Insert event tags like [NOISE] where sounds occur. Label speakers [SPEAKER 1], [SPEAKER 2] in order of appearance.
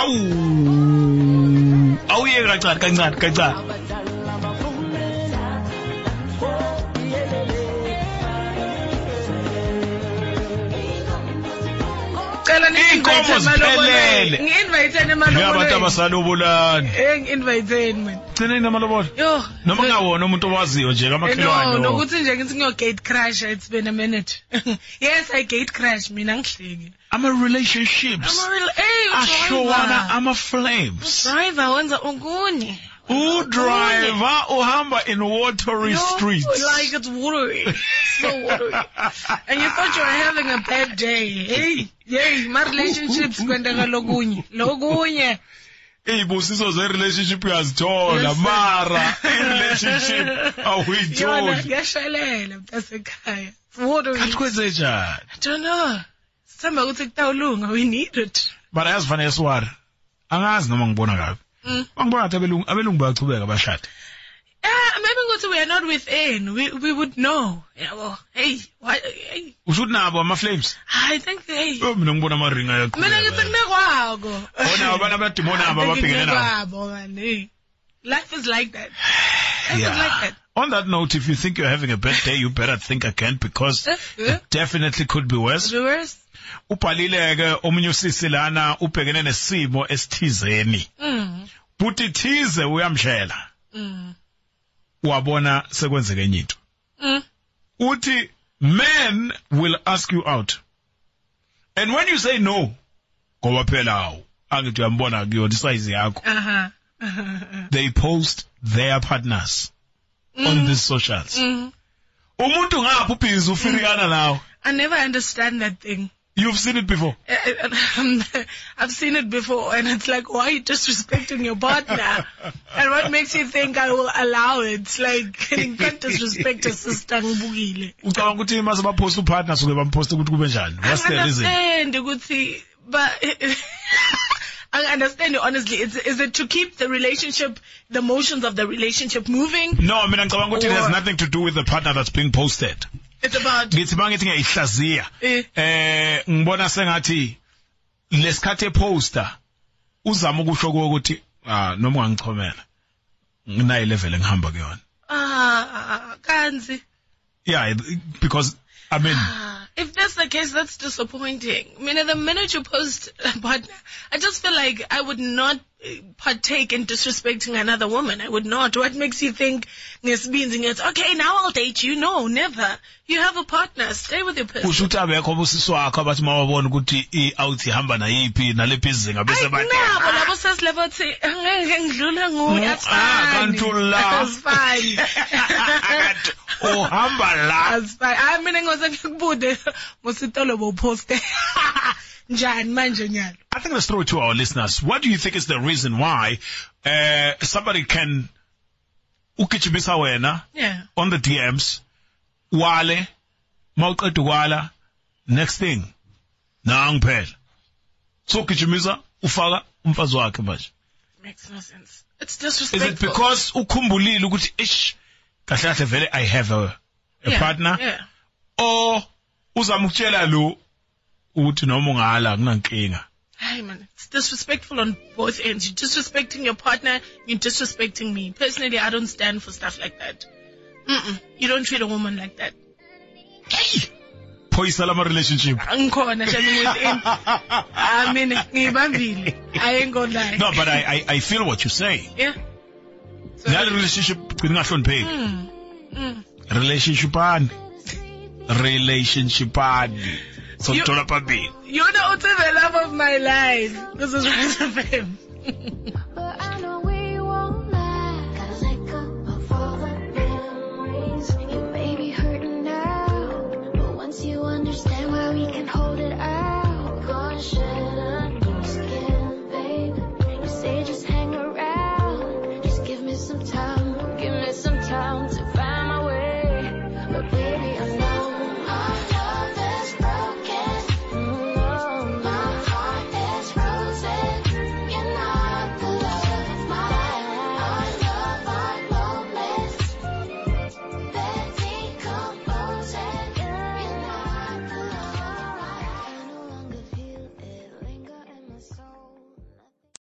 [SPEAKER 1] awu awuye kancane kancane kancane
[SPEAKER 2] Cela
[SPEAKER 1] Iy'nkomo ziphelele.
[SPEAKER 2] Ngi-invite
[SPEAKER 1] njengabantu
[SPEAKER 2] emalobolo.
[SPEAKER 1] abasalobulani
[SPEAKER 2] Eh ngi-invite mina.
[SPEAKER 1] gcineni amalobolo
[SPEAKER 2] Yo. Eh,
[SPEAKER 1] noma kungawona umuntu owaziyo nje
[SPEAKER 2] no
[SPEAKER 1] kamakhelwane lo.
[SPEAKER 2] nokuthi nje ngithi ngiyo gate crash it's been a minute. [LAUGHS] yes I gate crash mina ngihleke.
[SPEAKER 1] ama-relationships
[SPEAKER 2] I'm a real hey
[SPEAKER 1] Ah, ashowana
[SPEAKER 2] driver.
[SPEAKER 1] ama-flames
[SPEAKER 2] Driver wenza ungunye.
[SPEAKER 1] udriver uhamba in watery
[SPEAKER 2] No,
[SPEAKER 1] streets
[SPEAKER 2] Like it's watery. [LAUGHS] It's so watery. and you thought you were having a bad day. Hey, hey, my relationships kwendeka lokunye. Lokunye.
[SPEAKER 1] iy'busiso ze-relationship uyazithola
[SPEAKER 2] Listen. [LAUGHS]
[SPEAKER 1] mara i-relationship
[SPEAKER 2] Yona
[SPEAKER 1] awuyitholi
[SPEAKER 2] yashelela mntasekhaya. It's watery.
[SPEAKER 1] kathi kwenzenjani
[SPEAKER 2] I don't know. Sithemba ukuthi kutawulunga we need it.
[SPEAKER 1] mara yazi fanele siware angazi noma ngibona kabi
[SPEAKER 2] Mm.
[SPEAKER 1] angibona ngathi abelungu abelungu bayachubeka bashade
[SPEAKER 2] Uh, maybe ngokuthi we are not within. We we would know. Yabo. Hey, why hey,
[SPEAKER 1] usho ukuthi nabo ama-flames
[SPEAKER 2] I think hey.
[SPEAKER 1] Eh, mina ngibona amaringi
[SPEAKER 2] Mina ngithi
[SPEAKER 1] ayaqhubeka
[SPEAKER 2] kunekwako. [LAUGHS]
[SPEAKER 1] Bona abantu abadimona aba
[SPEAKER 2] I think
[SPEAKER 1] ababhekene nabo.
[SPEAKER 2] kunekwabo, man, hey. Life is like that. Life is like
[SPEAKER 1] Yeah.
[SPEAKER 2] that.
[SPEAKER 1] On that note, if you think you're having a bad day, you better think again because
[SPEAKER 2] Eh, eh?
[SPEAKER 1] it definitely could be worse.
[SPEAKER 2] Viewers?
[SPEAKER 1] Ubhalile-ke omunye usisi lana ubhekene nesimo esithizeni.
[SPEAKER 2] Mm.
[SPEAKER 1] Buti thize uyamshela.
[SPEAKER 2] Mm.
[SPEAKER 1] Wabona sekwenzeke enye into.
[SPEAKER 2] Mm.
[SPEAKER 1] Uthi men will ask you out. And when you say no, ngoba phela awu angithi uyambona kuyona isayizi yakho.
[SPEAKER 2] Uh-huh. [LAUGHS] Uh-huh.
[SPEAKER 1] They post their partners on these socials.
[SPEAKER 2] Mm.
[SPEAKER 1] Umuntu ngapha ubhizi ufirikana nawe.
[SPEAKER 2] I never understand that thing.
[SPEAKER 1] You've seen it before.
[SPEAKER 2] [LAUGHS] I've seen it before, and it's like, why are you disrespecting your partner? and what makes you think I will allow it? Like, [LAUGHS] you can't disrespect a sister. ngibukile.
[SPEAKER 1] ucabanga ukuthi mase baphosta upartner suke bamphosta ukuthi kube njani
[SPEAKER 2] I
[SPEAKER 1] what's the reason
[SPEAKER 2] understand, Guti, but [LAUGHS] I understand it honestly. Is, is it to keep the relationship, the motions of the relationship moving?
[SPEAKER 1] no mina ngicabanga ukuthi it has
[SPEAKER 2] Or-
[SPEAKER 1] nothing to do with the partner that's being posted
[SPEAKER 2] It's about.
[SPEAKER 1] ngithi mangithi ngiyayihlaziya
[SPEAKER 2] Eh.
[SPEAKER 1] eh ngibona sengathi lesikhathi eposter uzama ukusho kuwo ukuthi ah noma ungangichomela nginayo ilevel engihamba kuyona
[SPEAKER 2] Ah, Kanzi.
[SPEAKER 1] yeah it- because i mean
[SPEAKER 2] Ah, [SIGHS] If that's the case, that's disappointing. I mean, the minute you post [LAUGHS] a partner, I just feel like I would not uh, partake in disrespecting another woman. I would not. What makes you think this means it's okay? Now I'll date you. No, never. You have a partner. Stay with your person.
[SPEAKER 1] kusho ukuthi abekho obusisi wakho abathi mawabona ukuthi i-out ihamba nayiphi nalephi izinga bese bathi
[SPEAKER 2] nabo labo sesilabo [LAUGHS] ukuthi angeke ngidlule nguye
[SPEAKER 1] Mm, ah,
[SPEAKER 2] [LAUGHS]
[SPEAKER 1] kantula.
[SPEAKER 2] asifani
[SPEAKER 1] [LAUGHS] Akathi, uhamba la
[SPEAKER 2] asifani hayi mina ngose [LAUGHS] ngikubude musitolo bowuphoste [LAUGHS] njani manje nyalo
[SPEAKER 1] I think let's throw it to our listeners. What do you think is the reason why uh, somebody can ukitshibisa wena
[SPEAKER 2] yeah
[SPEAKER 1] on the DMs, wale, mawuqeda ukwala, next thing, nangu phela. So ugijimisa ufaka umfazi wakhe manje.
[SPEAKER 2] makes no sense it's
[SPEAKER 1] Is
[SPEAKER 2] disrespectful
[SPEAKER 1] it because ukhumbulile ukuthi ish kahle kahle vele I have a, a
[SPEAKER 2] yeah,
[SPEAKER 1] partner
[SPEAKER 2] yeah
[SPEAKER 1] or uzama ukutshela lo ukuthi noma ungala kunankinga.
[SPEAKER 2] Hey man, it's disrespectful on both ends. You're disrespecting your partner, you're disrespecting me. Personally, I don't stand for stuff like that. Mm-mm. You don't treat a woman like that.
[SPEAKER 1] Hey! Phoyisa lama relationship.
[SPEAKER 2] Angikhona shame within. [LAUGHS] I mean, ngibambile. I ain't gonna lie.
[SPEAKER 1] No, but I, I, I feel what you're saying.
[SPEAKER 2] Yeah. So,
[SPEAKER 1] That relationship ugcina ungahlonipheki.
[SPEAKER 2] Mm, mm.
[SPEAKER 1] Relationship ani? Relationship ani? So
[SPEAKER 2] You-
[SPEAKER 1] thola phambili.
[SPEAKER 2] [LAUGHS] You're the ultimate love of my life. This is Rise FM.